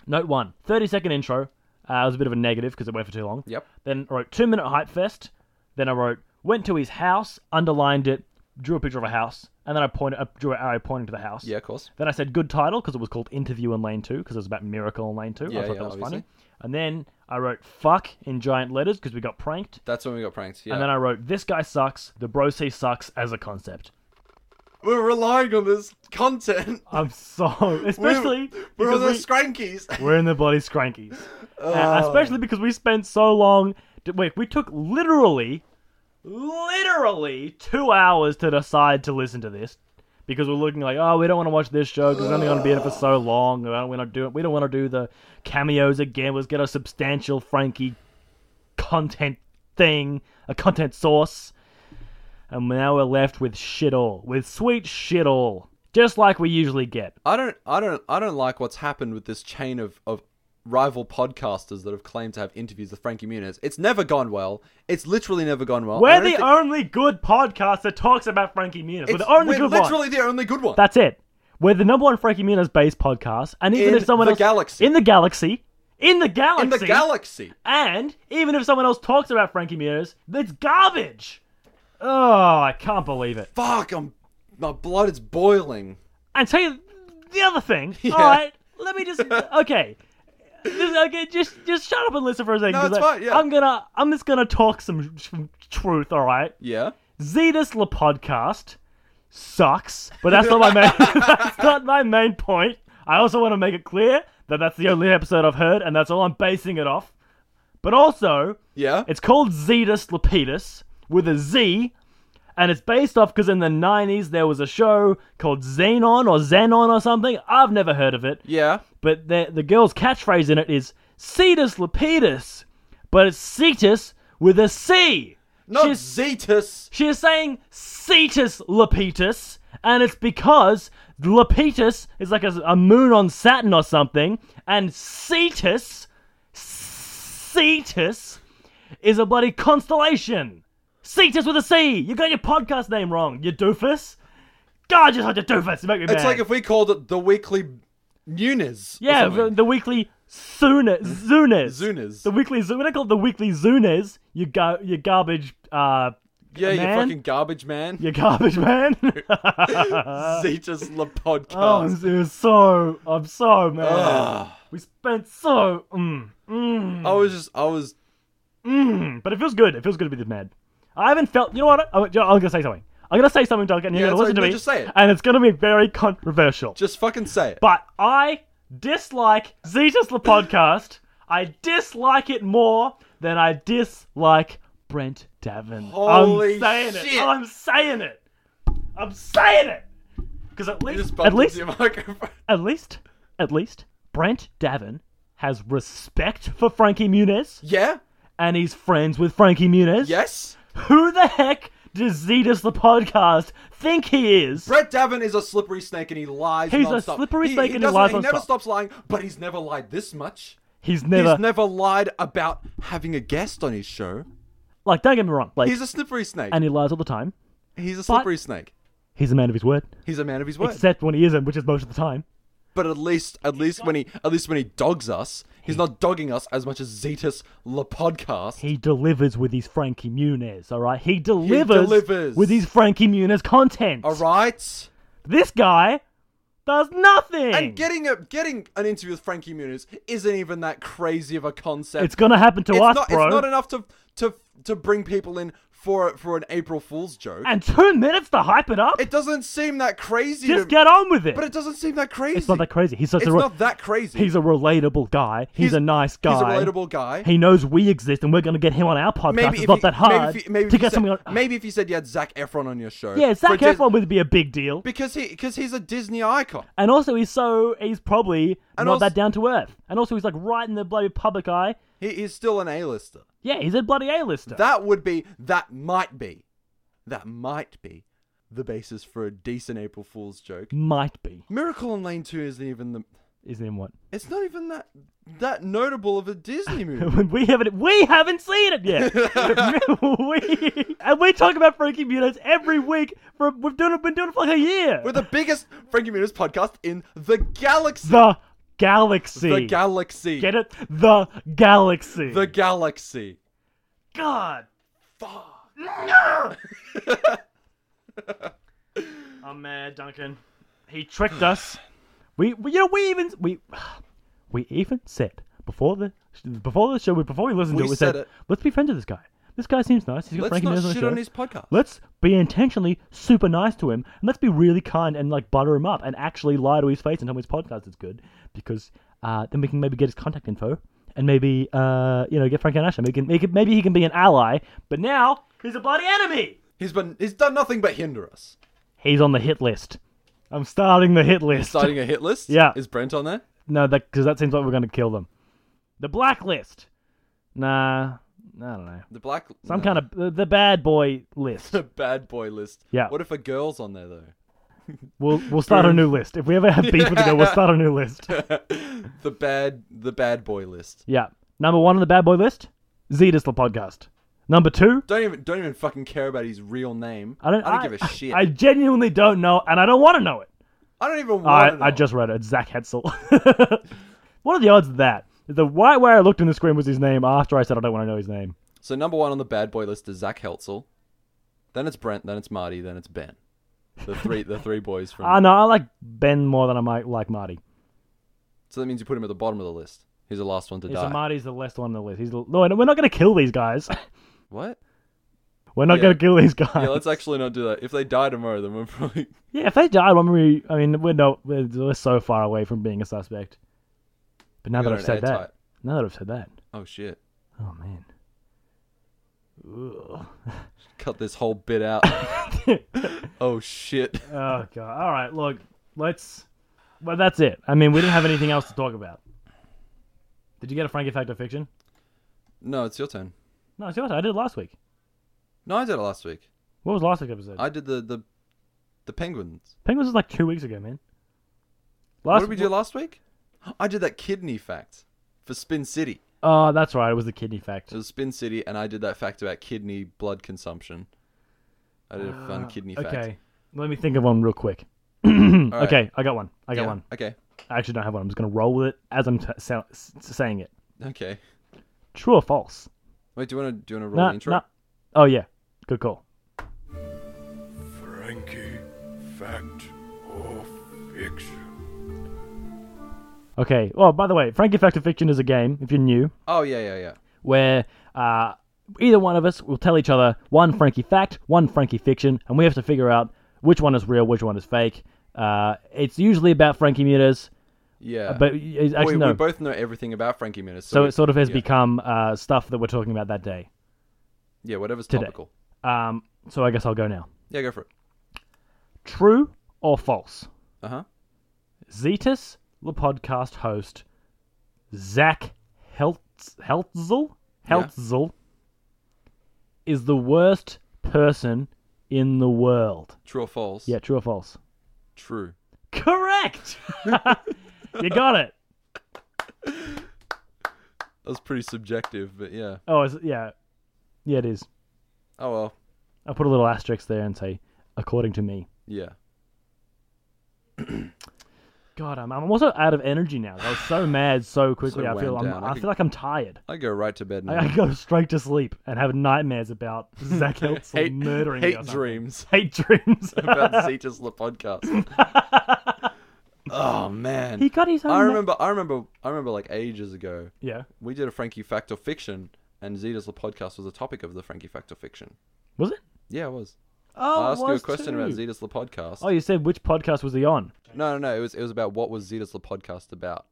Speaker 3: Note one 30 second intro. Uh, it was a bit of a negative because it went for too long.
Speaker 2: Yep.
Speaker 3: Then I wrote two minute hype fest. Then I wrote went to his house, underlined it, drew a picture of a house, and then I pointed, I drew an arrow pointing to the house.
Speaker 2: yeah, of course.
Speaker 3: Then I said good title because it was called Interview in Lane Two because it was about Miracle in Lane Two.
Speaker 2: Yeah,
Speaker 3: I thought
Speaker 2: yeah,
Speaker 3: that was
Speaker 2: obviously.
Speaker 3: funny. And then I wrote fuck in giant letters because we got pranked.
Speaker 2: That's when we got pranked. Yeah,
Speaker 3: And then I wrote this guy sucks. The bro C sucks as a concept.
Speaker 2: we're relying on this content.
Speaker 3: I'm so especially
Speaker 2: We're on
Speaker 3: because
Speaker 2: the
Speaker 3: we-
Speaker 2: Scrankies.
Speaker 3: We're in the bloody scrankies. And especially because we spent so long. To, wait, we took literally, literally two hours to decide to listen to this. Because we're looking like, oh, we don't want to watch this show because it's only going to be in it for so long. We don't, we don't, do, we don't want to do the cameos again. Let's get a substantial Frankie content thing, a content source. And now we're left with shit all. With sweet shit all. Just like we usually get.
Speaker 2: I don't, I don't, I don't like what's happened with this chain of of rival podcasters that have claimed to have interviews with Frankie Muniz. It's never gone well. It's literally never gone well. I
Speaker 3: We're
Speaker 2: don't
Speaker 3: the
Speaker 2: think-
Speaker 3: only good podcast that talks about Frankie Muniz. We're
Speaker 2: it's-
Speaker 3: the only
Speaker 2: we're
Speaker 3: good
Speaker 2: literally
Speaker 3: one.
Speaker 2: the only good one.
Speaker 3: That's it. We're the number one Frankie Muniz based podcast, and even
Speaker 2: In
Speaker 3: if someone
Speaker 2: the
Speaker 3: else
Speaker 2: galaxy.
Speaker 3: in the galaxy, in the galaxy,
Speaker 2: in the galaxy.
Speaker 3: and even if someone else talks about Frankie Muniz, that's garbage. Oh, I can't believe it.
Speaker 2: Fuck, I'm, my blood is boiling.
Speaker 3: And tell you the other thing. All right, let me just okay. Just, okay, just just shut up and listen for a second.
Speaker 2: No,
Speaker 3: 'cause
Speaker 2: it's
Speaker 3: I-
Speaker 2: fine, yeah.
Speaker 3: I'm gonna I'm just gonna talk some, some truth. All right.
Speaker 2: Yeah.
Speaker 3: Zetas La Podcast sucks, but that's not my main. that's not my main point. I also want to make it clear that that's the only episode I've heard, and that's all I'm basing it off. But also,
Speaker 2: Yeah.
Speaker 3: it's called Zetas Lapidus with a Z, and it's based off because in the '90s there was a show called Xenon or Xenon or something. I've never heard of it,
Speaker 2: yeah.
Speaker 3: but the the girl's catchphrase in it is Cetus Lapidus, but it's Cetus with a C.
Speaker 2: Not
Speaker 3: She's-
Speaker 2: Zetus.
Speaker 3: she is saying Cetus Lapetus, and it's because Lapetus is like a, a moon on Saturn or something, and Cetus, Cetus, is a bloody constellation. Cetus with a C. You got your podcast name wrong, you doofus. God, you're such a doofus. You make me
Speaker 2: It's
Speaker 3: mad.
Speaker 2: like if we called it the weekly Muniz. or
Speaker 3: yeah, the,
Speaker 2: something.
Speaker 3: the weekly Zunes, Zunes,
Speaker 2: Zunas.
Speaker 3: The weekly Zunes. What I call it? the weekly Zunes. You go, you garbage. Uh,
Speaker 2: yeah, you
Speaker 3: man.
Speaker 2: fucking garbage man.
Speaker 3: you garbage man.
Speaker 2: Zetus the
Speaker 3: Oh,
Speaker 2: podcast.
Speaker 3: it was so. I'm so mad.
Speaker 2: Ugh.
Speaker 3: We spent so. Mm,
Speaker 2: I was just, I was.
Speaker 3: mm, but it feels good. It feels good to be this mad. I haven't felt. You know what? I, am gonna say something. I'm gonna say something, Duncan. and You're
Speaker 2: Yeah,
Speaker 3: gonna
Speaker 2: it's like-
Speaker 3: listen to
Speaker 2: no,
Speaker 3: me.
Speaker 2: just say it.
Speaker 3: And it's gonna be very controversial.
Speaker 2: Just fucking say it.
Speaker 3: but I dislike Zetas the podcast. I dislike it more than I dislike Brent Davin.
Speaker 2: Holy
Speaker 3: I'm saying
Speaker 2: shit.
Speaker 3: it. I'm saying it. I'm saying it. Because at least,
Speaker 2: Just
Speaker 3: at
Speaker 2: bumped
Speaker 3: least,
Speaker 2: into your microphone.
Speaker 3: at least, at least, Brent Davin has respect for Frankie Muniz,
Speaker 2: Yeah.
Speaker 3: and he's friends with Frankie Muniz.
Speaker 2: Yes.
Speaker 3: Who the heck does Zetas the podcast think he is?
Speaker 2: Brett Davin is a slippery snake and he lies.
Speaker 3: He's a
Speaker 2: nonstop.
Speaker 3: slippery snake and he
Speaker 2: doesn't-
Speaker 3: lies
Speaker 2: He never
Speaker 3: nonstop.
Speaker 2: stops lying, but he's never lied this much.
Speaker 3: He's never,
Speaker 2: He's never lied about having a guest on his show.
Speaker 3: like, don't get me wrong, like,
Speaker 2: He's a slippery snake.
Speaker 3: and he lies all the time.
Speaker 2: he's a slippery snake.
Speaker 3: He's a man of his word,
Speaker 2: He's a man of his word.
Speaker 3: except when he isn't, which is most of the time.
Speaker 2: but at least, at least when he, at least when he dogs us, he's not dogging us as much as Zetas La Podcast.
Speaker 3: He delivers with his Frankie Muniz, all right? He delivers,
Speaker 2: delivers.
Speaker 3: with his Frankie Muniz content.
Speaker 2: All right.
Speaker 3: This guy does nothing.
Speaker 2: And getting a getting an interview with Frankie Muniz isn't even that crazy of a concept.
Speaker 3: it's gonna happen to
Speaker 2: It's
Speaker 3: us,
Speaker 2: not,
Speaker 3: bro.
Speaker 2: It's not enough to to to bring people in for for an April Fool's joke.
Speaker 3: and two minutes to hype it up.
Speaker 2: it doesn't seem that crazy.
Speaker 3: Just
Speaker 2: to,
Speaker 3: get on with it.
Speaker 2: but it doesn't seem that crazy.
Speaker 3: it's not that crazy. He's such
Speaker 2: It's
Speaker 3: a re-
Speaker 2: not that crazy.
Speaker 3: he's a relatable guy. He's,
Speaker 2: He's-
Speaker 3: a nice guy.
Speaker 2: He's a relatable guy.
Speaker 3: He knows we exist, and we're gonna get him on our podcast.
Speaker 2: maybe
Speaker 3: it's
Speaker 2: if
Speaker 3: not
Speaker 2: you-
Speaker 3: that hard
Speaker 2: Maybe if you, maybe if
Speaker 3: to
Speaker 2: you
Speaker 3: get
Speaker 2: said,
Speaker 3: something. On-
Speaker 2: Maybe if you said you had Zach Efron on your show.
Speaker 3: yeah, Zach
Speaker 2: for Dis-
Speaker 3: Efron would be a big deal,
Speaker 2: because he because he's a Disney icon.
Speaker 3: and also he's so he's probably
Speaker 2: And
Speaker 3: not
Speaker 2: also-
Speaker 3: that down to earth, and also he's like right in the bloody public eye.
Speaker 2: He, he's still an A-lister.
Speaker 3: Yeah, he's a bloody A-lister.
Speaker 2: That would be. That might be. That might be the basis for a decent April Fool's joke.
Speaker 3: Might be,
Speaker 2: Miracle on Lane Two isn't even the.
Speaker 3: isn't him what?
Speaker 2: It's not even that that notable of a Disney movie.
Speaker 3: we haven't we haven't seen it yet. we, and we talk about Frankie Muniz every week. For we've done it, been doing it for like a year.
Speaker 2: We're the biggest Frankie Muniz podcast in the galaxy.
Speaker 3: the galaxy.
Speaker 2: The galaxy.
Speaker 3: Get it? The galaxy.
Speaker 2: The galaxy.
Speaker 3: god. Fuck. I'm mad, Duncan. He tricked us. We, we you know we even we we even said before the before the show before we listened to
Speaker 2: We
Speaker 3: it we
Speaker 2: said
Speaker 3: said,
Speaker 2: it.
Speaker 3: let's be friends with this guy. This guy seems nice. He's
Speaker 2: Let's
Speaker 3: got Frankie
Speaker 2: not
Speaker 3: Muniz on the
Speaker 2: shit
Speaker 3: show.
Speaker 2: on his podcast.
Speaker 3: Let's be intentionally super nice to him, and let's be really kind and like butter him up, and actually lie to his face and tell him his podcast is good, because uh, then we can maybe get his contact info, and maybe uh, you know get Frank Anasha. Maybe, he can- maybe maybe he can be an ally, but now he's a bloody enemy.
Speaker 2: He's been he's done nothing but hinder us.
Speaker 3: He's on the hit list. I'm starting the hit list.
Speaker 2: Starting a hit list.
Speaker 3: Yeah.
Speaker 2: Is Brent on there?
Speaker 3: No, that because that seems like we're going to kill them. The blacklist. Nah, I don't know.
Speaker 2: The black.
Speaker 3: Some kind of the, the bad boy list.
Speaker 2: The bad boy list.
Speaker 3: Yeah.
Speaker 2: What if a girl's on there though?
Speaker 3: We'll we'll start a new list. If we ever have beef with the girl, we'll start a new list.
Speaker 2: The bad the bad boy list.
Speaker 3: Yeah. Number one on the bad boy list, Zetas the podcast. Number two,
Speaker 2: Don't even don't even fucking care about his real name.
Speaker 3: I don't.
Speaker 2: give a shit.
Speaker 3: I
Speaker 2: I,
Speaker 3: genuinely don't know, and I don't want to know it.
Speaker 2: don't even want. to know.
Speaker 3: I, I just read it. It's Zach Hetzel. what are the odds of that? The right way I looked in the screen was his name. After I said I don't want to know his name,
Speaker 2: So number one on the bad boy list is Zach Heltzel. Then it's Brent. Then it's Marty. Then it's Ben. The three the three boys from.
Speaker 3: Ah, I know I like Ben more than I might like Marty.
Speaker 2: So that means you put him at the bottom of the list. He's the last one to
Speaker 3: Yeah,
Speaker 2: die.
Speaker 3: so Marty's the last one on the list. He's the, no, we're not going to kill these guys.
Speaker 2: what?
Speaker 3: We're not
Speaker 2: Yeah.
Speaker 3: going to kill these guys.
Speaker 2: Yeah, let's actually not do that. If they die tomorrow, then we're probably.
Speaker 3: Yeah, if they died when we, I mean, we're not, we're, we're so far away from being a suspect. But now
Speaker 2: We
Speaker 3: that
Speaker 2: got
Speaker 3: I've
Speaker 2: an
Speaker 3: said that,
Speaker 2: airtight.
Speaker 3: now that I've said that,
Speaker 2: Oh shit!
Speaker 3: oh man,
Speaker 2: Cut this whole bit out. oh shit!
Speaker 3: oh god. All right, look, let's. Well, that's it. I mean, we didn't have anything else to talk about. Did you get a Frankie fact or fiction?
Speaker 2: No, it's your turn.
Speaker 3: No, it's yours. I did it last week.
Speaker 2: No, I did it last week.
Speaker 3: What was last week's episode?
Speaker 2: I did the the, the penguins.
Speaker 3: Penguins was like two weeks ago, man.
Speaker 2: what
Speaker 3: Last
Speaker 2: did we do last week? I did that kidney fact for Spin City.
Speaker 3: Oh, that's right. It was the kidney fact.
Speaker 2: It was Spin City, and I did that fact about kidney blood consumption. I did a fun kidney fact.
Speaker 3: Ah, Okay, let me think of one real quick.
Speaker 2: All right.
Speaker 3: Okay, I got one. I got
Speaker 2: Yeah,
Speaker 3: one.
Speaker 2: Okay.
Speaker 3: I actually don't have one. I'm just gonna roll with it as I'm t- sa- s- saying it.
Speaker 2: Okay.
Speaker 3: True or false?
Speaker 2: Wait, do you want to do you want to roll
Speaker 3: No,
Speaker 2: the intro?
Speaker 3: no. Oh yeah, good call.
Speaker 1: Frankie, fact or fiction?
Speaker 3: Okay. Well, by the way, Frankie Fact or Fiction is a game. If you're new,
Speaker 2: Oh yeah, yeah, yeah.
Speaker 3: where uh, either one of us will tell each other one Frankie fact, one Frankie fiction, and we have to figure out which one is real, which one is fake. Uh, it's usually about Frankie Muniz,
Speaker 2: Yeah.
Speaker 3: Uh, but actually
Speaker 2: Well, Uh, we,
Speaker 3: no.
Speaker 2: we both know everything about Frankie Muniz.
Speaker 3: so
Speaker 2: we-
Speaker 3: it sort of has
Speaker 2: yeah.
Speaker 3: become uh, stuff that we're talking about that day.
Speaker 2: Yeah, whatever's
Speaker 3: today.
Speaker 2: topical.
Speaker 3: Um, so I guess I'll go now.
Speaker 2: Yeah, go for it.
Speaker 3: True or false?
Speaker 2: Uh huh.
Speaker 3: Zetas, the podcast host, Zach Heltz, Heltzel,
Speaker 2: Yeah.
Speaker 3: Heltzel is the worst person in the world.
Speaker 2: True or false?
Speaker 3: Yeah, true or false?
Speaker 2: True.
Speaker 3: Correct! you got it.
Speaker 2: That was pretty subjective, but yeah.
Speaker 3: Oh, is it, yeah. Yeah, it is.
Speaker 2: Oh well.
Speaker 3: I'll put a little asterisk there and say, according to me.
Speaker 2: Yeah.
Speaker 3: God, I'm, I'm also out of energy now. I was so mad so quickly. I feel
Speaker 2: wound
Speaker 3: I'm,
Speaker 2: down. I
Speaker 3: I
Speaker 2: could-
Speaker 3: feel like I'm tired.
Speaker 2: I go right to bed now.
Speaker 3: I, I go straight to sleep and have nightmares about Zach Heltz
Speaker 2: hate
Speaker 3: murdering me or
Speaker 2: hate
Speaker 3: something.
Speaker 2: dreams
Speaker 3: Hate dreams.
Speaker 2: about Zetas the podcast. oh man.
Speaker 3: he got his own.
Speaker 2: I
Speaker 3: ma-
Speaker 2: remember I remember I remember like ages ago
Speaker 3: Yeah.
Speaker 2: we did a Frankie Fact or Fiction and Zetas the podcast was a topic of the Frankie Fact or Fiction.
Speaker 3: Was it?
Speaker 2: Yeah, it was.
Speaker 3: Oh,
Speaker 2: I asked
Speaker 3: it
Speaker 2: you a
Speaker 3: was
Speaker 2: question
Speaker 3: too.
Speaker 2: about Zetas the podcast.
Speaker 3: Oh, you said which podcast was he on?
Speaker 2: No, no, no. It was it was about what was Zetas the podcast about.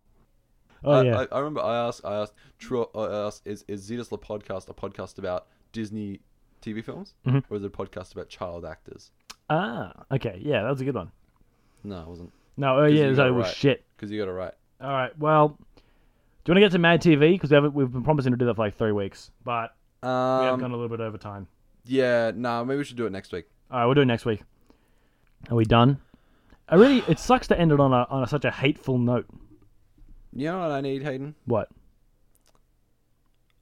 Speaker 3: Oh
Speaker 2: I,
Speaker 3: yeah.
Speaker 2: Uh, I, I remember I asked I asked true I asked is is Zetas the podcast a podcast about Disney TV films
Speaker 3: Mm-hmm.
Speaker 2: or is it a podcast about child actors?
Speaker 3: ah, okay. Yeah, that was a good one.
Speaker 2: No, it wasn't.
Speaker 3: No, oh
Speaker 2: 'Cause
Speaker 3: yeah,
Speaker 2: you
Speaker 3: that
Speaker 2: got it
Speaker 3: was
Speaker 2: right.
Speaker 3: shit.
Speaker 2: Because you got it right.
Speaker 3: All right. Well, do you want to get to Mad TV because we haven't? We've been promising to do that for like three weeks, but we have
Speaker 2: Um,
Speaker 3: gone a little bit over time.
Speaker 2: Yeah, nah, maybe we should do it next week.
Speaker 3: All right, we'll do it next week. Are we done? I really, it sucks to end it on a on a, such a hateful note.
Speaker 2: You know what I need, Hayden?
Speaker 3: What?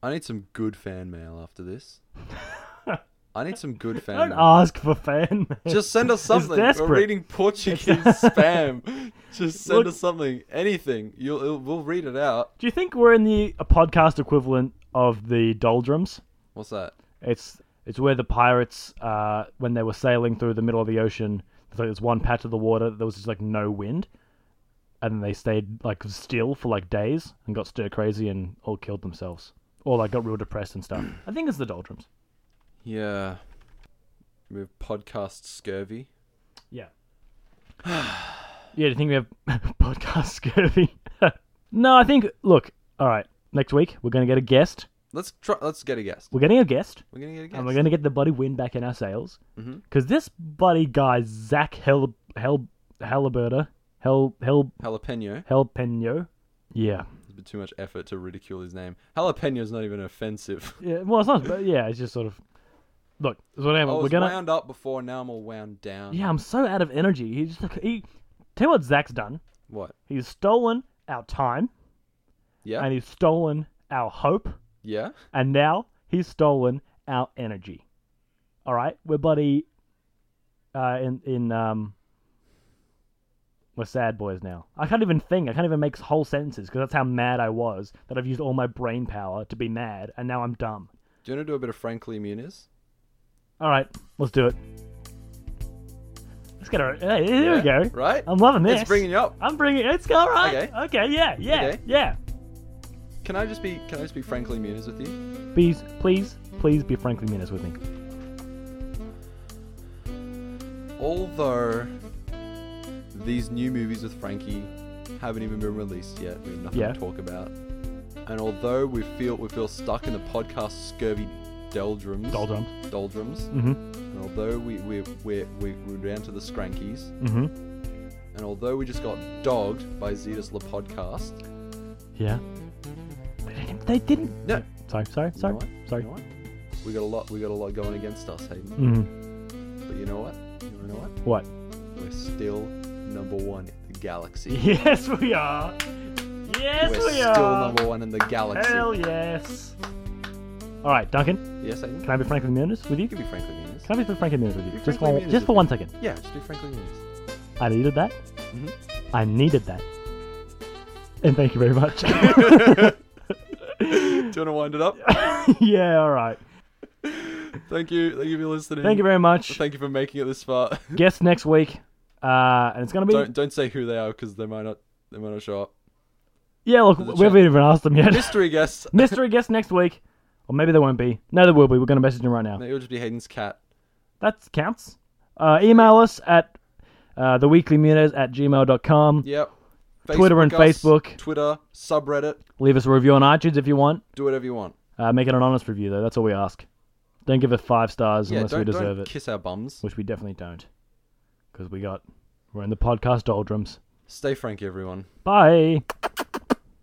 Speaker 2: I need some good fan mail after this. I need some good fan
Speaker 3: Don't
Speaker 2: mail.
Speaker 3: ask for fan mail.
Speaker 2: Just send us something. We're
Speaker 3: desperate.
Speaker 2: reading Portuguese spam. Just send
Speaker 3: Look-
Speaker 2: us something, anything. You'll, it'll- we'll read it out.
Speaker 3: Do you think we're in the a podcast equivalent of the doldrums?
Speaker 2: What's that?
Speaker 3: It's it's where the pirates, uh, when they were sailing through the middle of the ocean, there's like this one patch of the water that there was just like no wind, and they stayed like still for like days and got stir crazy and all killed themselves, or like got real depressed and stuff. I think it's the doldrums.
Speaker 2: Yeah, we have podcast scurvy.
Speaker 3: Yeah. yeah, do you think we have podcast scurvy? no, I think look, all right. Next week we're gonna get a guest.
Speaker 2: Let's try. Let's get a guest.
Speaker 3: We're getting a guest,
Speaker 2: We're gonna get a guest.
Speaker 3: and we're gonna get the bloody win back in our sails.
Speaker 2: Mm-hmm.
Speaker 3: Because this bloody guy Zach Hel Hel Halliburter Hel Hel
Speaker 2: Jalapeno.
Speaker 3: Helpeno. Yeah.
Speaker 2: It's been too much effort to ridicule his name. Jalapeno's not even offensive.
Speaker 3: Yeah. Well, it's not. But yeah, it's just sort of. Look, it's
Speaker 2: I
Speaker 3: whatever.
Speaker 2: was
Speaker 3: We're gonna.
Speaker 2: wound up before. Now I'm all wound down.
Speaker 3: Yeah, I'm so out of energy. He just like he. Tell you what, Zach's done.
Speaker 2: What?
Speaker 3: He's stolen our time,
Speaker 2: Yeah.
Speaker 3: and he's stolen our hope.
Speaker 2: Yeah.
Speaker 3: and now he's stolen our energy. All right, we're bloody uh, in in um, we're sad boys now. I can't even think. I can't even make whole sentences because that's how mad I was that I've used all my brain power to be mad, and now I'm dumb.
Speaker 2: Do you want to do a bit of Frankly Muniz?
Speaker 3: All right, let's do it. Let's get our. Hey, here
Speaker 2: Yeah,
Speaker 3: we go.
Speaker 2: Right?
Speaker 3: I'm loving this.
Speaker 2: It's bringing you up.
Speaker 3: I'm bringing. It's all right.
Speaker 2: Okay.
Speaker 3: Okay. Yeah. Yeah.
Speaker 2: Okay.
Speaker 3: Yeah.
Speaker 2: Can I just be can I just be Frankly Muniz with you?
Speaker 3: Please, please, please be frankly menace with me.
Speaker 2: Although these new movies with Frankie haven't even been released yet. We have nothing
Speaker 3: Yeah.
Speaker 2: to talk about. And although we feel we feel stuck in the podcast scurvy doldrums.
Speaker 3: Doldrums.
Speaker 2: Doldrums.
Speaker 3: Mm-hmm.
Speaker 2: And although we we're we're, we're, we're down to the Scrankies.
Speaker 3: Mm-hmm.
Speaker 2: And although we just got dogged by Zetas La Podcast.
Speaker 3: Yeah. They didn't. They didn't
Speaker 2: No.
Speaker 3: Sorry, sorry,
Speaker 2: You know
Speaker 3: sorry,
Speaker 2: what? You
Speaker 3: sorry.
Speaker 2: know what? We got a lot we got a lot going against us, Hayden.
Speaker 3: Mhm.
Speaker 2: But you know what? You know what?
Speaker 3: What?
Speaker 2: We're still number one in the galaxy.
Speaker 3: Yes, we are. Yes,
Speaker 2: We're
Speaker 3: we
Speaker 2: still
Speaker 3: are.
Speaker 2: number one in the galaxy.
Speaker 3: Hell yes. All right, Duncan.
Speaker 2: Yes, I can.
Speaker 3: Can I be Franklin Muniz with you?
Speaker 2: You
Speaker 3: Can
Speaker 2: can be Franklin Muniz.
Speaker 3: I be Franklin Muniz with you?
Speaker 2: Be
Speaker 3: Just
Speaker 2: Franklin
Speaker 3: for
Speaker 2: Muniz
Speaker 3: just for
Speaker 2: with
Speaker 3: one second.
Speaker 2: Yeah, just do Franklin Muniz.
Speaker 3: I needed that.
Speaker 2: Mhm.
Speaker 3: I needed that. And thank you very much.
Speaker 2: Do you want to wind it up?
Speaker 3: yeah. All right.
Speaker 2: Thank you. Thank you for listening.
Speaker 3: Thank you very much.
Speaker 2: Thank you for making it this far.
Speaker 3: Guest next week. Uh, and it's gonna be
Speaker 2: don't don't say who they are because they might not they might not show up.
Speaker 3: yeah. Look,
Speaker 2: a
Speaker 3: we haven't even asked them yet.
Speaker 2: Mystery guests.
Speaker 3: Mystery guest next week, or maybe they won't be. No, they will be. We're gonna message them right now.
Speaker 2: Maybe it'll just be Hayden's cat.
Speaker 3: That counts. Uh, email us at uh, theweeklymuniz at gmail.com.
Speaker 2: Yep.
Speaker 3: Twitter and
Speaker 2: us,
Speaker 3: Facebook.
Speaker 2: Twitter, subreddit.
Speaker 3: Leave us a review on iTunes if you want.
Speaker 2: Do whatever you want.
Speaker 3: Uh, make it an honest review, though. That's all we ask. Don't give it five stars
Speaker 2: Yeah,
Speaker 3: unless we
Speaker 2: don't,
Speaker 3: deserve
Speaker 2: don't
Speaker 3: it,
Speaker 2: kiss our bums.
Speaker 3: which we definitely don't. Because we got
Speaker 5: We're in the podcast doldrums.
Speaker 3: Stay frank, everyone.
Speaker 5: Bye.